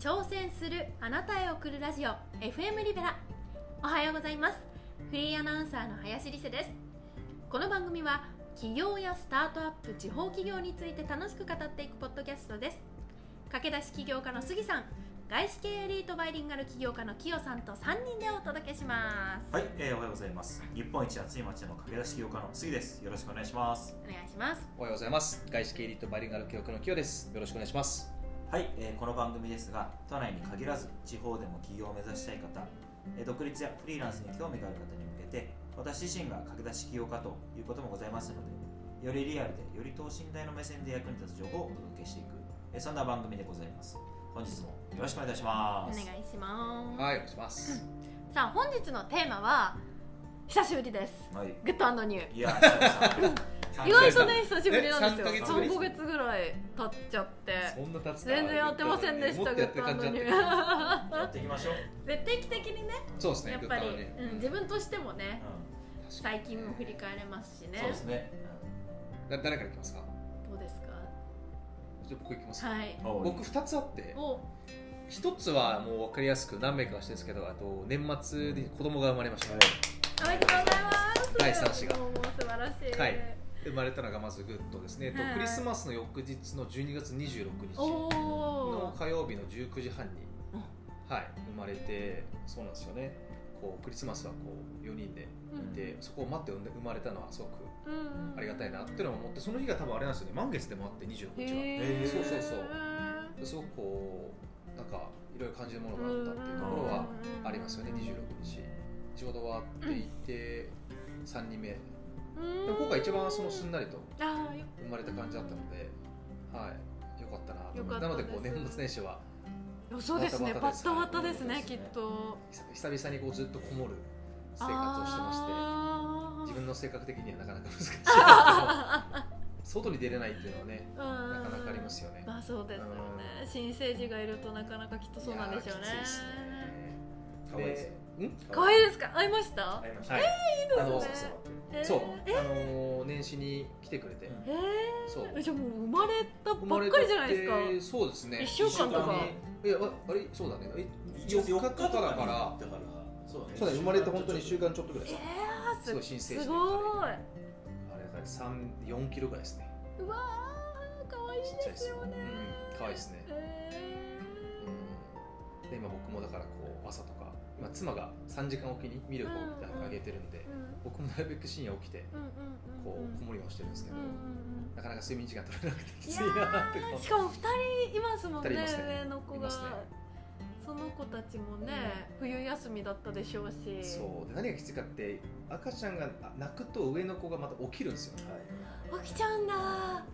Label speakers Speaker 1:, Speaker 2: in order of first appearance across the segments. Speaker 1: するあなたへ送るラジオ FM リベラおはようございますフリーアナウンサーの林理瀬ですこの番組は企業やスタートアップ地方企業について楽しく語っていくポッドキャストです駆け出し起業家の杉さん外資系エリートバイリンガル起業家のキヨさんと3人でお届けします
Speaker 2: はい、えー、おはようございます。日本一暑い町の駆け出し起業家の杉です。よろしくお願いします。
Speaker 1: お願いします
Speaker 3: おはようございます。外資系エリートバイリンガル教育のキヨです。よろしくお願いします。
Speaker 2: はい、えーこの番組ですが、都内に限らず地方でも起業を目指したい方、えー独立やフリーランスに興味がある方に向けて、私自身が駆け出し起業家ということもございますので、よりリアルでより等身大の目線で役に立つ情報をお届けしていく、えーそんな番組でございます。本日もよろしくお願いいたし
Speaker 1: お
Speaker 2: ま
Speaker 1: 願
Speaker 2: す。
Speaker 1: いします、
Speaker 3: はい、お願いします。
Speaker 1: さあ本日のテーマは久しぶりです
Speaker 2: はい。
Speaker 1: グッドニュー
Speaker 2: いやー、久々
Speaker 1: 意外とね久しぶりなんです
Speaker 3: え
Speaker 1: よ
Speaker 3: 3ヶ月ぶり
Speaker 1: 3ヶ月ぐらい経っちゃって
Speaker 3: そんな経つか
Speaker 1: 全然やってませんでし
Speaker 3: も
Speaker 1: た
Speaker 3: っ
Speaker 1: グ
Speaker 3: とやっ
Speaker 1: ッ
Speaker 3: て
Speaker 1: ド
Speaker 3: る
Speaker 1: アンドニ
Speaker 3: 感じだった
Speaker 1: ュ
Speaker 3: よ
Speaker 1: ー
Speaker 3: ね
Speaker 2: やっていきましょう。
Speaker 1: で定期的にね
Speaker 3: そうですね。
Speaker 1: やっぱり、
Speaker 3: グッド
Speaker 1: うん、
Speaker 3: だ
Speaker 1: 自分としてもね
Speaker 2: う
Speaker 1: 最近も振り返れますし
Speaker 2: ん、
Speaker 1: ね
Speaker 2: そうですね。
Speaker 3: だ誰から行きますか。
Speaker 1: どうですか
Speaker 3: じゃあ僕行きます。
Speaker 1: はい
Speaker 2: うん
Speaker 3: 僕二つあって、
Speaker 1: お
Speaker 3: 一つはもう分かりやすく何名かはしてるんですけど、あと年末に子供が生まれました。
Speaker 1: おめでとうございます
Speaker 3: 第三子が
Speaker 1: もうもう素晴らしい、
Speaker 3: はい生まれたのがまずグッドですね。えっと
Speaker 1: はい
Speaker 3: クリスマスの翌日の12月26日
Speaker 1: お
Speaker 3: の
Speaker 1: お
Speaker 3: 火曜日の19時半に、はい生まれて、そうなんですよね。こうクリスマスはこう4人で
Speaker 1: うん
Speaker 3: でそこを待って生んで生まれたのはすご
Speaker 1: う
Speaker 3: く
Speaker 1: ん
Speaker 3: ありがたいなっていうのを思ってその日が多分あれなんですよね満月でもあって26
Speaker 1: へ
Speaker 3: 日は
Speaker 1: ー
Speaker 3: そうそうすごくこうなんかいろいろ感じるものがあったっていうところはありますよね26日ちょうど終わっていて3人目で
Speaker 1: うん
Speaker 3: も今回一番そのすんなりと
Speaker 1: あーよ
Speaker 3: 生まれた感じだったのではいよかったなと
Speaker 1: よ
Speaker 3: 思
Speaker 1: か
Speaker 3: っ
Speaker 1: ってた
Speaker 3: な
Speaker 1: です
Speaker 3: のでこう年末年始は
Speaker 1: そうですねバッ
Speaker 3: バ
Speaker 1: タ
Speaker 3: タ
Speaker 1: バ
Speaker 3: バ
Speaker 1: タ
Speaker 3: タ
Speaker 1: で
Speaker 3: ですす
Speaker 1: ね
Speaker 2: ね
Speaker 1: きっと
Speaker 3: 久々にこうずっとこもる生活をしてま
Speaker 1: あ
Speaker 3: して自
Speaker 1: ー
Speaker 3: 分の性格的にはなかなか難しいですけど外に出れないっていうのはね
Speaker 1: うん
Speaker 3: なかなかありますよね
Speaker 1: まあそうですよね
Speaker 3: うん
Speaker 1: 新生児がいるとなかなかきっとそうなんでしょうね
Speaker 3: いやーきついっす
Speaker 2: 可
Speaker 3: ね
Speaker 2: 愛いですよ
Speaker 3: でん
Speaker 1: 可愛いですか会いました
Speaker 2: 会いました。
Speaker 3: はい、
Speaker 1: ですね
Speaker 3: あ
Speaker 2: そ
Speaker 3: の
Speaker 2: うそうそう
Speaker 1: えー
Speaker 3: そう、あのー年始に来てくれて、
Speaker 2: うん
Speaker 1: えー
Speaker 3: そう
Speaker 1: えじゃあもう生まれたばっかりじゃないですか
Speaker 3: 生まれたってそうですね
Speaker 1: 一週間とか
Speaker 3: いやああれそうだねえ
Speaker 2: 一応
Speaker 3: 4
Speaker 2: 4日
Speaker 3: 日と
Speaker 2: と
Speaker 3: か
Speaker 2: か
Speaker 3: だ
Speaker 2: だから
Speaker 3: から
Speaker 2: そうだね
Speaker 3: そうだね生まれて本当に1週間ちょっとぐらい
Speaker 1: え
Speaker 3: で
Speaker 1: ーす
Speaker 3: すすごい新生児
Speaker 1: すごい
Speaker 3: あれだね34キロぐらいですね
Speaker 1: うわー可愛い
Speaker 3: ちっちゃい
Speaker 1: ですよね
Speaker 3: うん、可愛いですね、
Speaker 1: え
Speaker 3: うん、で今僕もだからこう朝とか今妻が3時間おきにミルクをあげてるんで
Speaker 1: ー、うん
Speaker 3: 僕もなるべく深夜起きて
Speaker 1: うんうん
Speaker 3: こ
Speaker 1: うんうん
Speaker 3: うこもりをしてるんですけ
Speaker 1: う
Speaker 3: ど、
Speaker 1: んうん
Speaker 3: なかなか睡眠時間取れなくてき
Speaker 1: い
Speaker 3: つい
Speaker 1: や
Speaker 3: なーって
Speaker 1: うんしかも二人いますもんね
Speaker 3: 二人いますね
Speaker 1: 上の子
Speaker 3: い
Speaker 1: が、
Speaker 3: ますね
Speaker 1: その子たちもね冬休みだったでしょうし
Speaker 3: そうで何がきついかって赤ちゃんがあ泣くと上の子がまた起きるんですよ、
Speaker 1: 起きちゃうんだ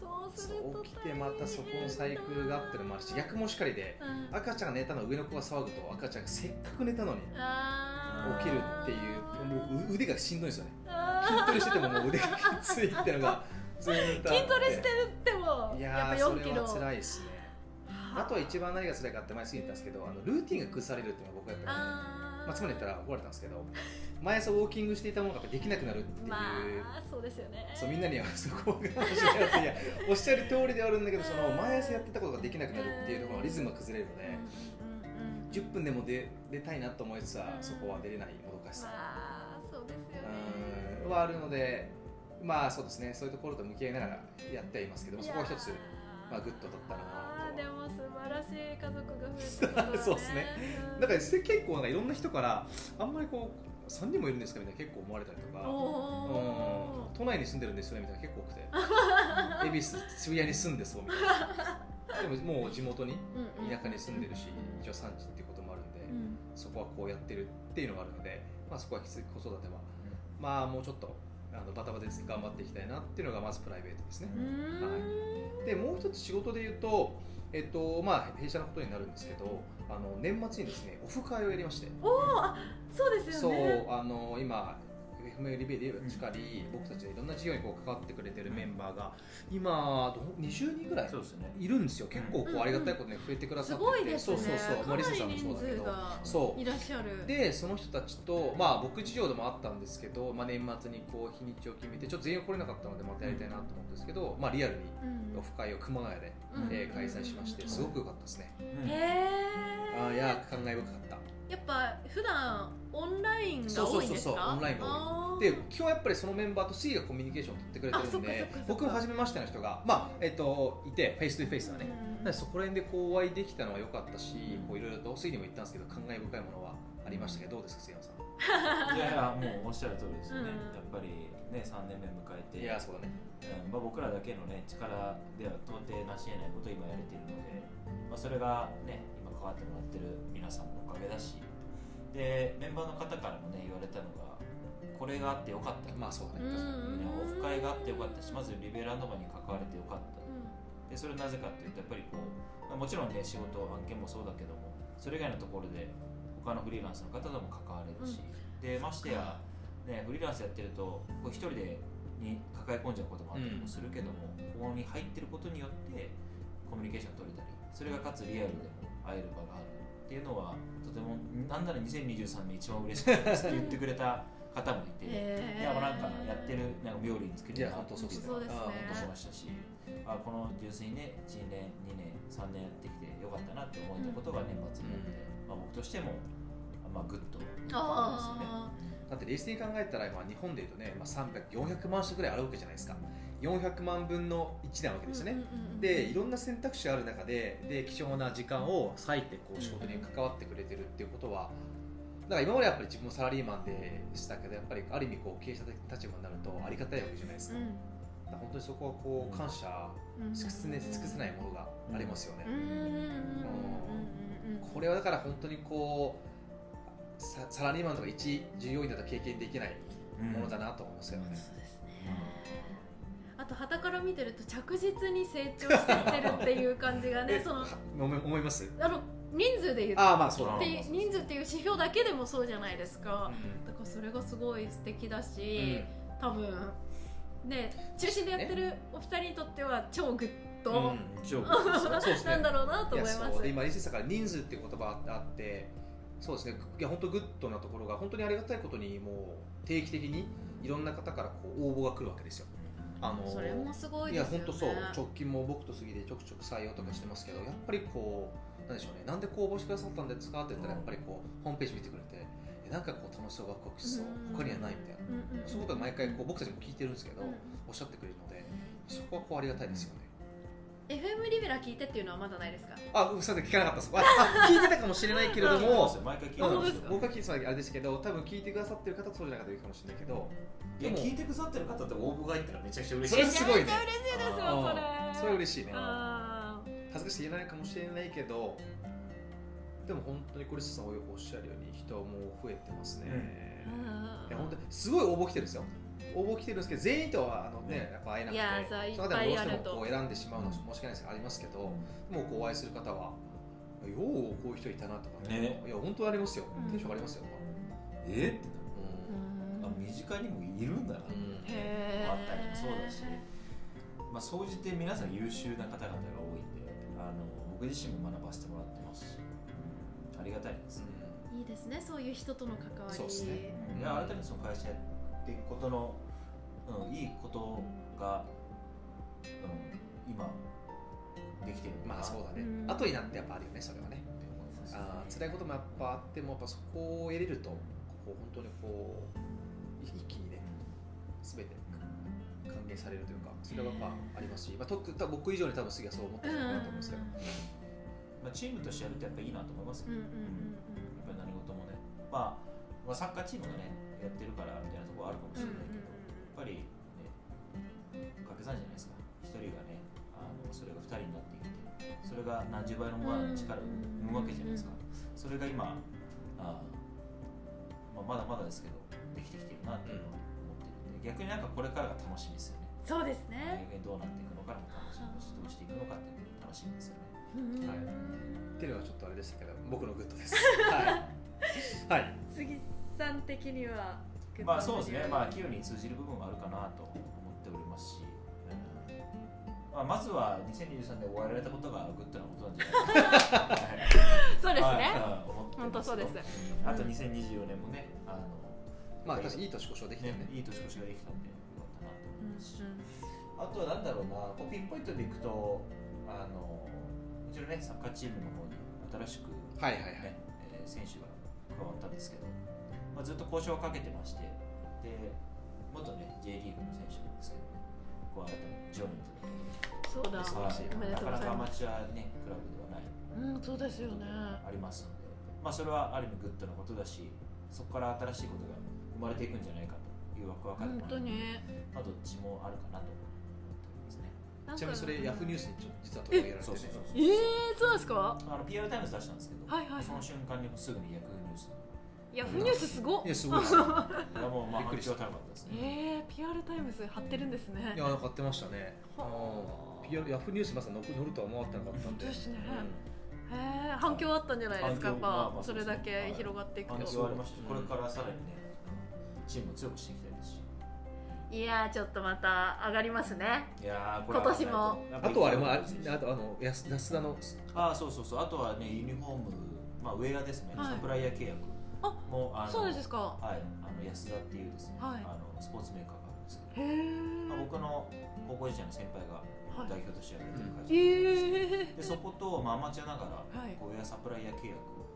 Speaker 1: そうする
Speaker 3: そ
Speaker 1: と
Speaker 3: う起きてまたそこのサイクルがあってのもあるし逆もしかりで
Speaker 1: うん
Speaker 3: 赤ちゃんが寝たの上の子が騒ぐと赤ちゃんがせっかく寝たのに
Speaker 1: あー
Speaker 3: 起きるっていうもうう腕がしんどいんです よね筋
Speaker 1: あ
Speaker 3: トレしててももう腕がきついってのがずー
Speaker 1: ー
Speaker 3: っとあって
Speaker 1: 筋トレしてるっても
Speaker 3: い
Speaker 1: や
Speaker 3: や
Speaker 1: っ
Speaker 3: ー
Speaker 1: ぱ
Speaker 3: そ
Speaker 1: 4キ
Speaker 3: れ
Speaker 1: ロ
Speaker 3: は辛いですねあとは一番何が辛いかって前すぎ言ったんですけどあのルーティンが崩されるっていうのが僕はやっぱりね
Speaker 1: あー
Speaker 3: まあ、妻に言ったら怒られたんですけど毎朝ウォーキングしていたものがやっぱできなくなるっていう、
Speaker 1: まあそうですよね
Speaker 3: そうみんなにはそこが教えていやおっしゃる通りではあるんだけどその毎朝やってたことができなくなるっていうところのリズムが崩れるの
Speaker 1: うん
Speaker 3: で
Speaker 1: うんうん
Speaker 3: 10分でも出出たいなと思いつつはそこは出れないもどかしさ
Speaker 1: まあそうですよね
Speaker 3: うんはあるのでまあそうですねそういうところと向き合いながらやってはいますけどもそこは一つ
Speaker 1: いやー
Speaker 3: まあグッと取ったな
Speaker 1: あー
Speaker 3: と
Speaker 1: でも素晴らしい家族が増えたことだ
Speaker 3: そうですね
Speaker 1: うん
Speaker 3: だから結構なんかいろんな人からあんまりこう3人もいるんですかみたいな結構思われたりとか。
Speaker 1: お
Speaker 3: うん都内に住んでるんですよねみたいな結構多く て恵比寿渋谷に住んでそうみたいなでももう地元に
Speaker 1: ーうんうん
Speaker 3: 田舎に住んでるし一応産地っていうこともあるんで、
Speaker 1: うん
Speaker 3: そこはこうやってるっていうのがあるので、まあ、そこはきつい子育てはまあもうちょっとあのバタバタですけど頑張っていきたいなっていうのがまずプライベートですね
Speaker 1: う、ーん
Speaker 3: はいでもう一つ仕事で言うとえっとまあ弊社のことになるんですけどあの年末にですねオフ会をやりまして
Speaker 1: おーあそうです
Speaker 3: そ
Speaker 1: よ
Speaker 3: う
Speaker 1: ね
Speaker 3: あの今 FM リベリーしかり、僕たちでいろんな事業にこう関わってくれてるメンバーが今どう20人ぐらい
Speaker 2: そうですね
Speaker 3: いるんですよ結構こ
Speaker 1: うん
Speaker 3: うありがたいことに増えてくだ
Speaker 1: す
Speaker 3: さってて、
Speaker 1: ごいですね
Speaker 3: そうそうそう
Speaker 1: かな
Speaker 3: リサ
Speaker 1: り
Speaker 3: さんもそう
Speaker 1: 人
Speaker 3: だけ
Speaker 1: 数
Speaker 3: ど
Speaker 1: が
Speaker 3: そう
Speaker 1: いらっしゃる
Speaker 3: でその人たちと、まあ、僕事情でもあったんですけど、まあ、年末にこう日にちを決めてちょっと全員来れなかったのでまたやりたいなと思うんですけど、まあ、リアルに
Speaker 1: うん
Speaker 3: オフ会を熊谷で、
Speaker 1: うん
Speaker 3: えー開催しましてすごく良かったですね
Speaker 2: うん
Speaker 1: へ
Speaker 3: あーい
Speaker 1: え
Speaker 3: やー感慨深かった
Speaker 1: やっぱ普段オンラインが多いんですか
Speaker 3: そうそうそうそうオンラインが多い
Speaker 1: が
Speaker 3: で基本やっぱりそのメンバーと C がコミュニケーションを取ってくれて
Speaker 1: あ
Speaker 3: る
Speaker 1: そっ
Speaker 3: ん
Speaker 1: かそっ
Speaker 3: で
Speaker 1: かそっか
Speaker 3: 僕も初めましての人が、まあえっといてフェイス2フェイスだね、なのでそこら辺でこうお会いできたのは良かったしこういろいろと C にも言ったんですけど感慨深いものはありましたけどどうですか杉山さ
Speaker 2: いやいやもうおっしゃる通りですよね、
Speaker 1: うん
Speaker 2: やっぱりね3年目迎え
Speaker 3: ん
Speaker 2: て
Speaker 3: いやーそうだね
Speaker 2: うんまあ、僕らだけの、ね、力では到底成し得ないことを今やれているので、まあ、それが、ね、今関わってもらってる皆さんのおかげだしでメンバーの方からもね言われたのがこれがあってよかったよ、
Speaker 3: まあそうだね、
Speaker 1: うん
Speaker 3: 確か
Speaker 2: ね、オフ会
Speaker 3: に
Speaker 2: があってよかったしまずリベランドマンに関われてよかったでそれなぜかっていうとやっぱりこう、まあもちろんね仕事案件もそうだけどもそれ以外のところで他のフリーランスの方とも関われるし、でましてや、ね、フリーランスやってるとこう一人でに抱え込んじゃうこともあったりもするけども、ここに入ってることによってコミュニケーション取れたりそれがかつリアルでも会える場があるっていうのはとてもなんなら2023年一番嬉しかったですって言ってくれた方もいて。い
Speaker 1: や
Speaker 2: やもうなんかやってるなんか冥利につけ
Speaker 3: い
Speaker 2: てる
Speaker 3: や
Speaker 2: な
Speaker 3: 本当そうですね
Speaker 1: そうですね
Speaker 3: あー本
Speaker 2: 落としましたし、あこの純粋にね1年2年3年やってきてよかったなって思えたことが年末になって、まあ、僕としても、まあ、グッと
Speaker 1: あ
Speaker 3: 当だって冷静に考えたら今日本でいうとね、まあ、300400万社ぐらいあるわけじゃないですか400万分の1なわけ
Speaker 1: ー
Speaker 3: ですよね、
Speaker 1: うんうんうん
Speaker 3: でいろんな選択肢ある中でで貴重な時間を割いてこう仕事に関わってくれてるっていうことはだから今までやっぱり自分もサラリーマンでしたけどやっぱりある意味こう経営者的立場になるとありがたいわけじゃないですか,、本当にそこはこう感謝
Speaker 1: うん
Speaker 3: 尽くせね尽くせないものがありますよね、
Speaker 1: うんうんうんうんうんうん
Speaker 3: これはだから本当にこうササラリーマンとか一従業員だと経験できないものだ
Speaker 2: な、
Speaker 3: なと思いますよね、
Speaker 1: そうですねあと傍から見てると着実に成長していってるっていう感じがね
Speaker 3: え
Speaker 1: その
Speaker 3: は思い思います
Speaker 1: あの人数で言う
Speaker 3: ああまあそうだ
Speaker 1: っ
Speaker 3: ね
Speaker 1: て人数っていう指標だけでもそうじゃないですかだからそれがすごい素敵だ
Speaker 3: うん
Speaker 1: し、多分ね中心でやってるお二人にとっては超グッ
Speaker 3: う
Speaker 1: ド
Speaker 3: ん
Speaker 2: 一応
Speaker 3: そうですね
Speaker 1: なんだろうなと
Speaker 3: い
Speaker 1: 思い
Speaker 3: や
Speaker 1: ます。
Speaker 3: そうで今、リセさんから人数っていう言葉あって、そうですね、いや本当、グッドなところが、本当にありがたいことに、もう定期的にいろんな方からこう応募が来るわけですよ。あの
Speaker 1: それもすごい
Speaker 3: い
Speaker 1: で
Speaker 3: や
Speaker 1: すよね。
Speaker 3: 本当そう、直近も僕と杉でちょくちょく採用とかしてますけど、やっぱりこう、なんでしょうね、なんでこう応募してくださったんですかって言ったら、
Speaker 2: うん
Speaker 3: やっぱりこう、ホームページ見てくれて、えなんかこう、楽しそう、ワクワクしそう
Speaker 1: うん、
Speaker 3: 他にはないみたいな、
Speaker 1: うんうんうん
Speaker 3: そういうことは毎回こう、僕たちも聞いてるんですけど、
Speaker 1: うん
Speaker 3: おっしゃってくれるので、そこはこう、ありがたいですよね。
Speaker 1: FM リベラ聞いてっていうのはまだないですか。
Speaker 3: あ、すみません、聞かなかったです。あ、あ聞いてたかもしれないけれども、
Speaker 2: 毎回聞いて
Speaker 1: あ
Speaker 2: る
Speaker 1: 本当
Speaker 2: ん
Speaker 1: で
Speaker 2: で
Speaker 1: すす
Speaker 2: よ
Speaker 1: か
Speaker 3: 僕が聞いてたあれですけど多分聞いてくださってる方はそうじゃない方いるかもしれないけど
Speaker 2: いや聞いてくださってる方って応募が入ったらめちゃくちゃ嬉しい
Speaker 3: それすごいね
Speaker 1: めちゃめちゃ嬉しいですよ
Speaker 3: あー
Speaker 1: それ。
Speaker 3: それ嬉しいね
Speaker 1: あー
Speaker 3: 恥ずかしい言えないかもしれないけどでも本当にコリスさんおっしゃるように人はもう増えてますね、
Speaker 1: あー
Speaker 3: いや本当にすごい応募来てるんですよ応募来てるんですけど全員とはあのねやっぱ会えなくて
Speaker 1: いやそう
Speaker 3: その中でもどう
Speaker 1: いっぱい
Speaker 3: して
Speaker 1: あると
Speaker 3: もこう選んでしまうのは申し訳ないですけどありますけどもうこうお会いする方はようこういう人いたなとか
Speaker 2: ね
Speaker 3: いや本当にありますよ
Speaker 1: うん
Speaker 3: テンション上がりますよ、
Speaker 2: えって
Speaker 1: う
Speaker 2: あ
Speaker 3: うん
Speaker 2: 身近にもいるんだな、
Speaker 3: ん
Speaker 1: へー
Speaker 2: あったりもそうだし、まあ、総じて皆さん優秀な方々が多いんであの僕自身も学ばせてもらってますし、うんありがたいですね、
Speaker 1: いいですねそういう人との関わり。
Speaker 3: そうですね
Speaker 2: いや改めてその会社やっていくことの、うん、いいことが、うん、今できてるのかな
Speaker 3: まあそうだね、
Speaker 1: うん
Speaker 3: 後になってやっぱあるよねそれは
Speaker 2: っ
Speaker 3: ね
Speaker 2: て思いますね
Speaker 3: あー辛いこともやっぱあってもやっぱそこを得れるとこう本当にこうい一気にね全て歓迎されるというかそれはやっぱありますし、まあ、とく多分僕以上に多分杉はそう思って
Speaker 1: うん
Speaker 3: る
Speaker 1: うん
Speaker 3: の
Speaker 1: うん
Speaker 3: かなと思うんですけど、
Speaker 2: まあ、チームとしてやるとやっぱいいなと思いますよ、
Speaker 1: うんうん
Speaker 2: やっぱり何事もね、まあ、まあサッカーチームがねやってるからみたいなところはあるか
Speaker 1: う
Speaker 2: も
Speaker 1: んうんう
Speaker 2: しれないけど、
Speaker 1: ん
Speaker 2: やっぱりね掛け算じゃないですか一人がねあのそれが二人になっていってそれが何十倍のものの力を生むわけじゃないですかそれが今あー、まあ、まだまだですけどできてきてるなっていうのは思ってるんで逆になんかこれからが楽しみですよね
Speaker 1: そうですね。
Speaker 2: 逆にどうなっていくのかも楽しみだしどうしていくのかっていうのも楽しみですよね
Speaker 1: うん
Speaker 3: はいっていうのはちょっとあれでしたけど僕のグッドですはい、はい、
Speaker 1: 杉さん的にはく
Speaker 2: まあそうですね、まあ、企業に通じる部分はあるかなと思っておりますし、うんまあ、まずは2023で終わられたことがグッドなことなんじゃないかな、はい
Speaker 1: そうです
Speaker 2: はい
Speaker 1: ね
Speaker 2: うん思って
Speaker 1: 本当
Speaker 2: ます
Speaker 1: そうです
Speaker 2: あと2024年もね、あの
Speaker 3: まあ、私いい年越しはできたよ
Speaker 2: ね
Speaker 3: ね。
Speaker 2: いい年越しができたんで、よかったな
Speaker 1: う
Speaker 2: と思
Speaker 1: ん
Speaker 2: いますし、あとはなんだろうな、こうピンポイントでいくと、あのうちのね、サッカーチームの方に新しく、
Speaker 3: はいはいは
Speaker 2: ね
Speaker 3: い。
Speaker 2: えー選手が加わったんですけど、まあ、ずっと交渉をかけてまして、で元ね、J リーグの選手なんですけどね、こう新たにジョイン
Speaker 1: うんそ
Speaker 2: と
Speaker 1: うだ
Speaker 3: 素晴らしい
Speaker 1: おめで
Speaker 2: な
Speaker 1: とうご
Speaker 2: か
Speaker 1: ざ
Speaker 2: ないかア
Speaker 1: ま
Speaker 2: マ
Speaker 1: す
Speaker 2: チュア、ね、クラブではない。
Speaker 1: うんそうですよね
Speaker 2: ありますので、まあ、それはある意味グッドなことだしそこから新しいことが生まれていくんじゃないかというワクワク感
Speaker 1: 本当に
Speaker 2: まあ、どっちもあるかなと思っておりますね
Speaker 1: なんか
Speaker 3: ちなみにそれ、ヤフーニュースにちょっと実は取り上げられて
Speaker 2: そうそう
Speaker 3: て
Speaker 2: そ
Speaker 1: え
Speaker 2: う
Speaker 1: ー、そうですか
Speaker 2: あの PR タイムズ出したんですけど、
Speaker 1: はいはい
Speaker 2: その瞬間にもうすぐにヤフーニュース
Speaker 1: いやフーニュースすごっ
Speaker 3: いや、すごいですね。
Speaker 2: いやもうまあ反
Speaker 3: びっくり
Speaker 2: 響
Speaker 3: し
Speaker 2: は
Speaker 3: た
Speaker 2: 高かったです
Speaker 1: えー、
Speaker 2: ね、
Speaker 1: PR タイムズ貼ってるんですね
Speaker 3: いや、なんか買ってましたね。
Speaker 1: はあ
Speaker 3: PR ヤフーニュースまさか乗る乗るとは思わなかったんで。
Speaker 1: 本当ですね
Speaker 3: う
Speaker 1: へー反響あったんじゃないですかやっ
Speaker 2: 反響まあ
Speaker 1: ぱ
Speaker 2: まあ
Speaker 1: それだけ広がっていく
Speaker 2: 反響
Speaker 1: と
Speaker 2: はありましたしこれからさらにねチームを強くしていきたいですし
Speaker 1: いやーちょっとまた上がりますね
Speaker 2: いやーこ
Speaker 1: 今年も
Speaker 2: やっ
Speaker 3: ん
Speaker 2: ぱ
Speaker 3: あ
Speaker 2: り
Speaker 3: とはあれも、ああとあの、安安田の、
Speaker 2: ああそうそうそうあとはねユニフォーム、まあ、ウェアですね、
Speaker 1: はい
Speaker 2: サプライヤー契約
Speaker 1: あ
Speaker 2: もあの
Speaker 1: そうですか
Speaker 2: はい、あの安田っていうですね、
Speaker 1: はい
Speaker 2: あのスポーツメーカーがあるんですけ
Speaker 1: へー
Speaker 2: ど、まあ、僕の高校時代の先輩が
Speaker 1: はい
Speaker 2: 代表としてやってる会社なん
Speaker 1: え
Speaker 2: ですけど、
Speaker 1: ー
Speaker 2: でそこと、まあ、アマチュアながら、
Speaker 1: はい
Speaker 2: こうエアサプライヤー契約を、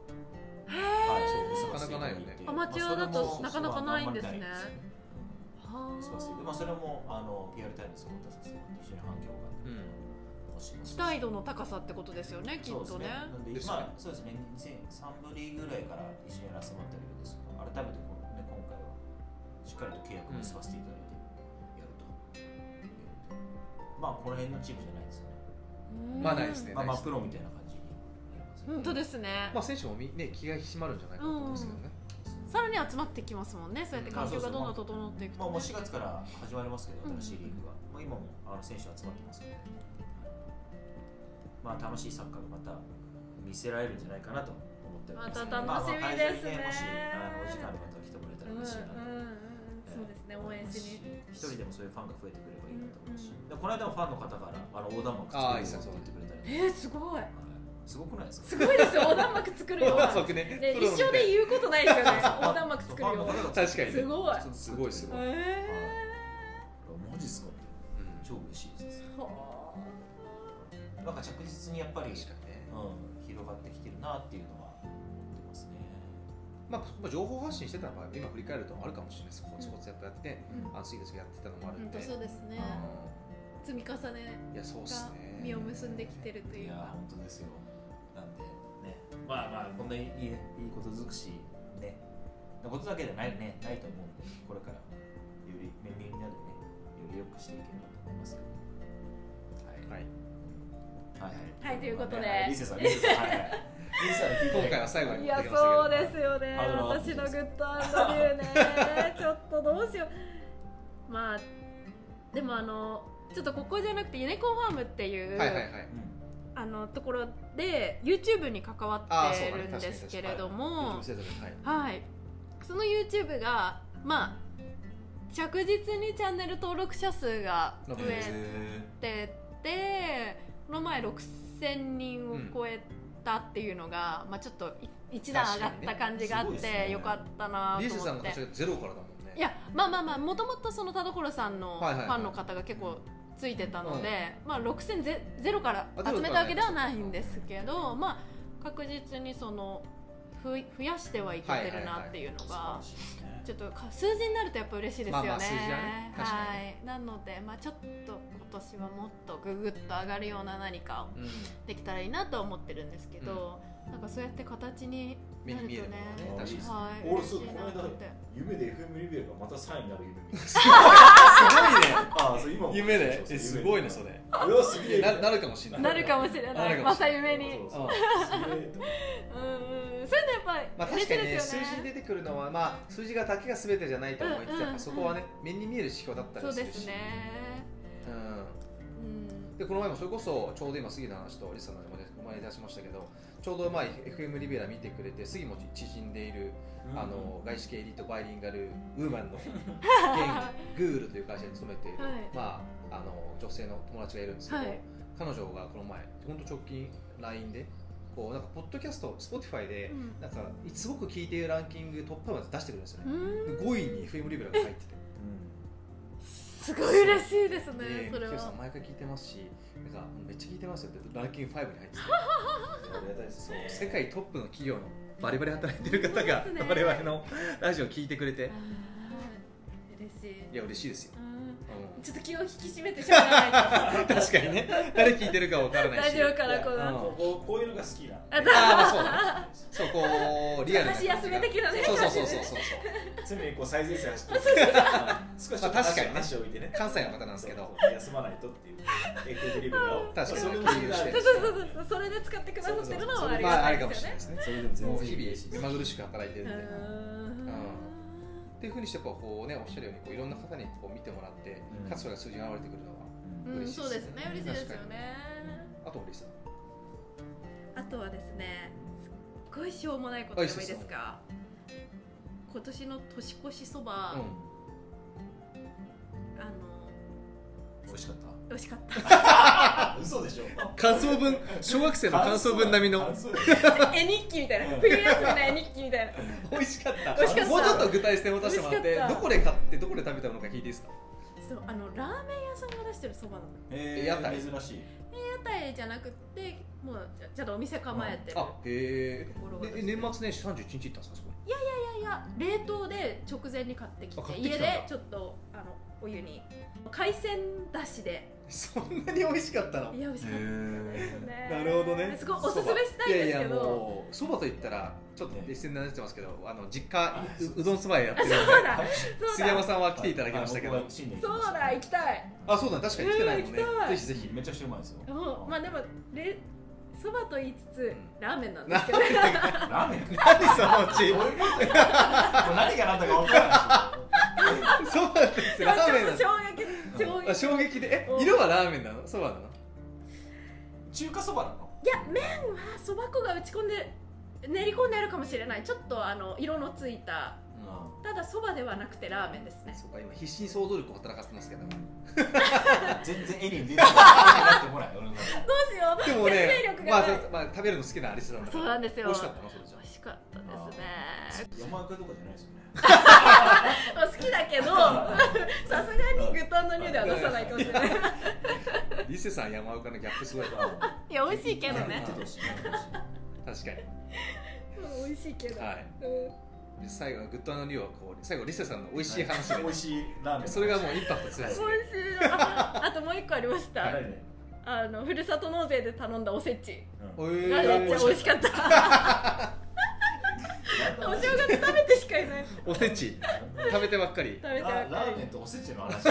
Speaker 1: へ
Speaker 2: はい
Speaker 1: ー
Speaker 2: そう結ばせていただいて
Speaker 3: なかなか
Speaker 1: アマ
Speaker 3: ないよね
Speaker 1: チュアだと
Speaker 2: まあそれも
Speaker 1: なかなかないんですね
Speaker 2: そうまああ
Speaker 1: は
Speaker 2: まりないですよね結ばせて
Speaker 1: ー
Speaker 2: まあ、それもあの PR タイムズを出させてもらって非常に反響があって
Speaker 3: うん
Speaker 2: もしもし
Speaker 1: 期待度の高さってことですよねきっ
Speaker 2: そ
Speaker 1: と
Speaker 2: うで
Speaker 1: ね
Speaker 2: すねなんで
Speaker 3: ですね
Speaker 2: まあそうですね2003ぶりぐらいから一緒にやらせてもらったけどですけど改めてこう、ね、今回はしっかりと契約を結ばせていただいてやると、まあこの辺のチームじゃないですよね
Speaker 1: うん
Speaker 3: まあないですね
Speaker 2: まあまあプロみたいな感じになりますよね
Speaker 1: 本当ですね
Speaker 3: まあ、選手もみね、気が引き締まるんじゃないかと思うんですけどね。
Speaker 1: さらに集まってきますもんねそうやって環境がどんどん整っていく
Speaker 2: まあ
Speaker 1: と
Speaker 2: もう
Speaker 1: ね
Speaker 2: 4月から始まりますけど
Speaker 1: うん
Speaker 2: 新しいリーグが、まあ、今もあの選手集まってますので、まあ楽しいサッカーがまた見せられるんじゃないかなと思っておりま
Speaker 1: ま
Speaker 2: す
Speaker 1: た楽しみですね
Speaker 2: まあまあ会場にもしあのお時間ある方は来てもらえたら嬉しい
Speaker 1: う
Speaker 2: なと
Speaker 1: んうんうんそうですね応援しに
Speaker 2: 一人でもそういうファンが増えてくればいいなと思うし、でこの間もファンの方からあの横断幕
Speaker 3: あーいいです
Speaker 2: 作るよっ
Speaker 3: ね
Speaker 2: て
Speaker 1: え
Speaker 2: 言ってくれたり、
Speaker 1: ー、すごい
Speaker 2: はいすごくないで
Speaker 1: す
Speaker 2: すか
Speaker 1: ごいですよ横断幕作る よ
Speaker 3: 即ね
Speaker 1: ね
Speaker 3: プロ
Speaker 1: 一
Speaker 3: みた
Speaker 1: 生で
Speaker 3: い
Speaker 1: 言うことないですよね横断幕
Speaker 2: そう
Speaker 1: 作る
Speaker 2: ファンの
Speaker 1: よ
Speaker 2: 方が
Speaker 3: 確かにね
Speaker 1: す。ごい
Speaker 2: 普通に
Speaker 3: すごいすごい
Speaker 1: え
Speaker 2: マジっすかって
Speaker 3: うん
Speaker 2: 超嬉しいです
Speaker 1: ーは
Speaker 2: なんか着実にやっぱり、うん、
Speaker 3: 確かにね。
Speaker 2: 広がってきてるなっていうのは思ってますね
Speaker 3: まあ、そこも情報発信してたのは、今振り返るとあるかもしれないです。コツコツやってやって、
Speaker 1: うん
Speaker 3: あの、次々やってたのもあ
Speaker 1: あ
Speaker 3: るん
Speaker 1: 本
Speaker 3: で。
Speaker 1: 当そうですね積み重ね
Speaker 3: うんいや、そうっす
Speaker 1: が
Speaker 3: ね。
Speaker 1: 実を結んできてると
Speaker 2: い
Speaker 1: いう
Speaker 2: やー
Speaker 1: か
Speaker 2: 本当ですよなんでねまあまあこんないいいいいこと尽くしねなことだけじゃないねないと思うんでこれからよりみみんなでねより良くしていければと思いますけど
Speaker 3: は
Speaker 2: はい
Speaker 3: い。
Speaker 2: はい
Speaker 1: はいということで
Speaker 2: はいリセさんリセさんはいはいリセさんの聞いて ない
Speaker 3: 今回は最後に
Speaker 1: い
Speaker 3: 持っ
Speaker 1: や
Speaker 3: てきましたけど
Speaker 1: そうですよね
Speaker 2: あの
Speaker 1: 私のグッドアンドビュー ねちょっとどうしようまあでもあのちょっとここじゃなくてユネコンファームっていう、
Speaker 3: はいはいはい。
Speaker 2: う
Speaker 1: あのところで YouTube に関わ
Speaker 3: あー
Speaker 1: っ
Speaker 3: そう
Speaker 1: て
Speaker 3: だね
Speaker 1: るんですけれど
Speaker 3: ユーチュー
Speaker 1: も
Speaker 3: ブ制度ではい。
Speaker 1: はいその YouTube がまあ着実にチャンネル登録者数が増
Speaker 3: 伸びてます
Speaker 1: え
Speaker 2: ん
Speaker 1: ててこの前6000人を超えたっていうのが、まあ、ちょっと一段上がった感じがあっ
Speaker 2: 確かにね
Speaker 1: てよかったな
Speaker 3: リー
Speaker 1: と
Speaker 3: スさん
Speaker 1: 思っ
Speaker 3: の
Speaker 1: て。
Speaker 3: 会社ゼロからだもんね。
Speaker 1: いやまあまあまあもともとその田所さんのフ
Speaker 3: はいはいはい
Speaker 1: ァンの方が結構ついてたので、まあ、6000ゼゼロから集めたわけではないんですけど、まあ、確実にそのふ増やしてはいけてるなっていうの
Speaker 2: 素
Speaker 1: が、
Speaker 2: 晴らしいですね
Speaker 1: ちょっとか数字になるとやっぱ嬉しいですよね。
Speaker 3: まあまあ数字はね確かに
Speaker 1: はい、なので、まあ、ちょっと今年はもっとググッと上がるような何かを
Speaker 3: うん。
Speaker 1: できたらいいなとは思ってるんですけど、なんかそうやって形に
Speaker 3: 目に見えるも
Speaker 2: なると
Speaker 3: のは
Speaker 2: ね
Speaker 3: ね。確かに。す
Speaker 1: はい
Speaker 2: 俺
Speaker 1: 嬉し
Speaker 2: そう
Speaker 1: い
Speaker 2: こ
Speaker 1: な
Speaker 2: の間
Speaker 1: と思って。
Speaker 2: 夢で FM リベルがまた3位になる夢見まし
Speaker 3: ごいね。
Speaker 2: ああそう今も
Speaker 3: 夢で
Speaker 2: そう。そう
Speaker 3: え、すごいね、それ。
Speaker 2: うわすげえ
Speaker 3: ななるかもしれない。
Speaker 1: なるかもしれ
Speaker 3: な
Speaker 1: な
Speaker 3: る
Speaker 1: い。
Speaker 3: かも
Speaker 1: ま
Speaker 3: しれ
Speaker 1: さ
Speaker 3: ない
Speaker 1: 夢に。、
Speaker 2: そううんそうすげえと思って
Speaker 1: うん、そういうのやっ
Speaker 3: ま
Speaker 1: ぱ嬉
Speaker 3: あ、確
Speaker 1: しい
Speaker 3: かにね
Speaker 1: です
Speaker 3: 数
Speaker 1: よ
Speaker 3: 字
Speaker 1: ね。
Speaker 3: 出てくるのは、まあ、数字がだけが全てじゃないと思いつ
Speaker 1: う
Speaker 3: つ、
Speaker 1: んうん
Speaker 3: やっぱそこはね目に見える指標だった
Speaker 1: そ
Speaker 3: り
Speaker 1: う
Speaker 3: するし
Speaker 1: ですね。
Speaker 3: うん、
Speaker 1: うん。
Speaker 3: でこの前もそれこそちょうど今杉の話とリサのお前マネージャーしましたけどちょうど、まあ、FM リベラ見てくれて杉も知人でいる、あの外資系エリートバイリンガルウー マンのゲングールという会社に勤めている、
Speaker 1: はい
Speaker 3: まあ、あの女性の友達がいるんですけど、
Speaker 1: はい
Speaker 3: 彼女がこの前本当直近 LINE でこうなんかポッドキャスト Spotify で、
Speaker 1: うん
Speaker 3: なんかすごく聞いているランキングトップまで出してくるんですよ
Speaker 1: う
Speaker 3: ね、
Speaker 1: ん
Speaker 3: で5位に FM リベラが入ってて
Speaker 1: すごい嬉しいです
Speaker 3: で
Speaker 1: ねそれ
Speaker 3: キヨさ
Speaker 1: は
Speaker 3: ん毎回聞いてますしなんかめっちゃ聞いてますよってランキング5に入っ てて
Speaker 2: うんありがたいです
Speaker 3: そう
Speaker 2: ね
Speaker 3: 世界トップの企業のバリバリ働いてる方が
Speaker 1: そうですね
Speaker 3: 我々のラジオを聞いてくれて
Speaker 1: はい嬉しい
Speaker 3: いや嬉しいですよ、
Speaker 1: うん
Speaker 3: う
Speaker 1: ちょっと気を引き締めてしょうがない
Speaker 3: ん、確かにね誰聞いてるかわからない
Speaker 1: ラ
Speaker 3: し
Speaker 1: ジオからこ
Speaker 3: う
Speaker 1: うんな
Speaker 3: あ
Speaker 1: んか
Speaker 2: こうこうこういうのが好き な
Speaker 1: あ
Speaker 2: の
Speaker 1: だ
Speaker 3: ーまあそうだねそうこうリアルな感じが
Speaker 1: 私休み的なね
Speaker 3: そうそうそうそうそう
Speaker 2: 常にこう最前線走ってる少し
Speaker 3: まあ確かにね
Speaker 2: 足を置いてね
Speaker 3: 関西の方なんですけど
Speaker 2: そう休まないとっていうエクリブラを
Speaker 3: 確かに
Speaker 2: それも好きなんですけ
Speaker 1: そ
Speaker 2: ど
Speaker 1: うそうそうそうそれで使ってくださってるのはあり
Speaker 3: まああ
Speaker 1: が
Speaker 3: れ
Speaker 1: た
Speaker 3: か
Speaker 1: い
Speaker 3: も
Speaker 1: で
Speaker 3: し
Speaker 1: す
Speaker 3: れ
Speaker 1: よ
Speaker 3: な
Speaker 1: ね
Speaker 2: そ
Speaker 3: いですね
Speaker 2: れでも全
Speaker 3: もう
Speaker 2: 然
Speaker 3: 日
Speaker 2: いい
Speaker 3: 々目まぐるしく働いてるんでっていうふうにしてやっぱこうねおっしゃるようにこういろんな方にこう見てもらって、
Speaker 2: うん
Speaker 3: かつそれが数字が現れてくるのは
Speaker 1: うんうん
Speaker 3: 嬉しい
Speaker 1: そうですね嬉しいですよ
Speaker 3: 確か
Speaker 1: ね
Speaker 3: あと森さん
Speaker 1: あとはですねすっごいしょうもないことでもいいですか今年の年越しそば、
Speaker 3: うん
Speaker 1: あの
Speaker 2: 美味しかっ
Speaker 1: 美味しかった
Speaker 2: 嘘でしょ
Speaker 3: 感想文小学生の感想文並みの
Speaker 2: 感想文
Speaker 1: た絵日記みたいな冬休みの絵日記みたいな
Speaker 3: 美味しかった
Speaker 1: 美味しかった
Speaker 3: もうちょっと具体性を出してもらっ
Speaker 1: 美
Speaker 3: て
Speaker 1: 味しか
Speaker 3: ど
Speaker 1: った
Speaker 3: こで買ってどこで食べたのか聞いていいですか
Speaker 1: そうあのラーメン屋さんが出してるそばなの
Speaker 2: え
Speaker 3: 屋台
Speaker 2: ー珍しい
Speaker 1: 屋台じゃなくてもうちゃちゃんとお店構えてる、
Speaker 3: あへ
Speaker 1: ところが
Speaker 3: え
Speaker 1: です
Speaker 3: で
Speaker 1: ね
Speaker 3: 年末年始31日行ったんですかそこに
Speaker 1: いや冷凍で直前に買ってきて
Speaker 3: あ買ってき
Speaker 1: 家
Speaker 3: たんだ
Speaker 1: でちょっとあのお湯に海鮮だしで
Speaker 3: そんなに美味しかったの
Speaker 1: いや美味しかったですよね
Speaker 3: なるほどね
Speaker 1: すごいおすすめしたいんですけ
Speaker 3: やいや
Speaker 1: ど
Speaker 3: もうそばと言ったらちょっと
Speaker 2: ね
Speaker 3: SN になってますけどあの実家ううどんそば屋やってる んで
Speaker 1: そうだそう
Speaker 3: 杉山
Speaker 1: だ
Speaker 3: さんは来ていただきましたけ
Speaker 2: あ
Speaker 3: ど
Speaker 2: 僕は新年行き
Speaker 1: そ
Speaker 2: ました
Speaker 1: うだ行きたい
Speaker 3: あそうだね確かに来てないもんね
Speaker 1: うん行きたい
Speaker 3: ぜひぜひ
Speaker 2: めちゃくちゃうまいですよ
Speaker 1: もうまあでもれそばと言いつつ
Speaker 3: ん
Speaker 1: ラーメンなんで
Speaker 3: な
Speaker 1: すけどね
Speaker 2: ラーメンか
Speaker 3: 何そのうち
Speaker 2: どういうことこれ何が何だか分からないで
Speaker 3: そうなんです
Speaker 1: ちょ
Speaker 3: ラ
Speaker 1: っと
Speaker 3: ーメンなんです
Speaker 1: 衝撃衝
Speaker 3: あ
Speaker 1: 撃
Speaker 3: 衝撃で
Speaker 1: うん
Speaker 3: え色はラーメンなのそばなの
Speaker 2: しょ中華そばなの
Speaker 1: いや麺はそば粉が打ち込んで練り込んであるかもしれないちょっとあの色のついたただそばではなくてラーメンですね
Speaker 3: そうか今必死に想像力を働かせてますけど
Speaker 2: 全然絵に出てこない絵になってこない俺
Speaker 1: ど
Speaker 2: の中で
Speaker 1: うしよう
Speaker 3: でもね
Speaker 1: 説明力
Speaker 3: ま
Speaker 1: が
Speaker 3: あ
Speaker 1: ない、
Speaker 3: まあ食べるの好きなアリスなんだか
Speaker 1: そう
Speaker 3: ら
Speaker 1: なんですよ
Speaker 3: 美味しかったのそれじゃ
Speaker 1: 美味しかったですね
Speaker 2: 山岡とかじゃないですよね
Speaker 1: まあ好きだけどさすがにグッドニューでは出さないかもしれない
Speaker 3: あリセさん山岡のギャップすごい な確か
Speaker 1: いや美味しいけど
Speaker 2: 言っ
Speaker 1: ね
Speaker 2: ててほしいな
Speaker 1: うん美味しいけど、
Speaker 3: はい
Speaker 1: うん
Speaker 3: にで最後のグッドアナリオはこう最後リセさんの美味しい話で
Speaker 2: 美味しいラーメン
Speaker 3: それがもうインパクト強い
Speaker 1: 美味
Speaker 3: です
Speaker 1: し
Speaker 3: ね
Speaker 1: いなああともう一個ありました、
Speaker 2: はいね
Speaker 1: あのふるさと納税で頼んだおせち
Speaker 2: うん
Speaker 3: え
Speaker 1: がめっちゃ美味しかった お正月食べてしかいない食
Speaker 3: おせち食べてばっかり
Speaker 1: べてば
Speaker 2: ラ
Speaker 1: っか
Speaker 2: ラーメ
Speaker 1: り
Speaker 2: ンとおせちの話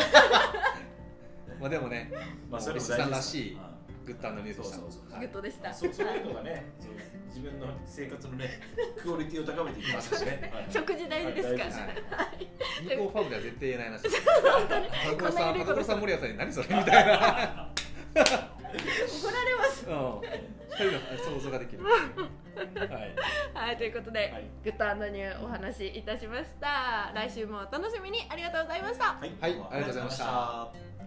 Speaker 3: まあでもね
Speaker 2: まあそれ
Speaker 3: おじ
Speaker 2: 大事
Speaker 3: さんら
Speaker 2: です
Speaker 3: しい
Speaker 2: うん
Speaker 3: グッドアナリオでした
Speaker 2: そうそうそう
Speaker 3: はい
Speaker 1: グッドでした
Speaker 2: そうそういうのがね、そう自分の生活のね、クオリティを高めていきますし ね。はい
Speaker 1: 食事大事ですから、
Speaker 3: はい
Speaker 1: はい
Speaker 3: 向こうファンでは絶対言えない話
Speaker 1: 本当に
Speaker 3: タコ
Speaker 1: こんな
Speaker 3: さ
Speaker 1: にい
Speaker 3: ん、タ
Speaker 1: ること
Speaker 3: コさん、森谷さんに何それみたいな、
Speaker 1: 怒られます
Speaker 3: うん、二人の想像ができる。はい、
Speaker 1: はいということで、
Speaker 2: はい
Speaker 1: グッドアンドニューお話しいたしました来週もお楽しみにありがとうございました
Speaker 2: はい、
Speaker 3: はいありがとうございました
Speaker 2: た。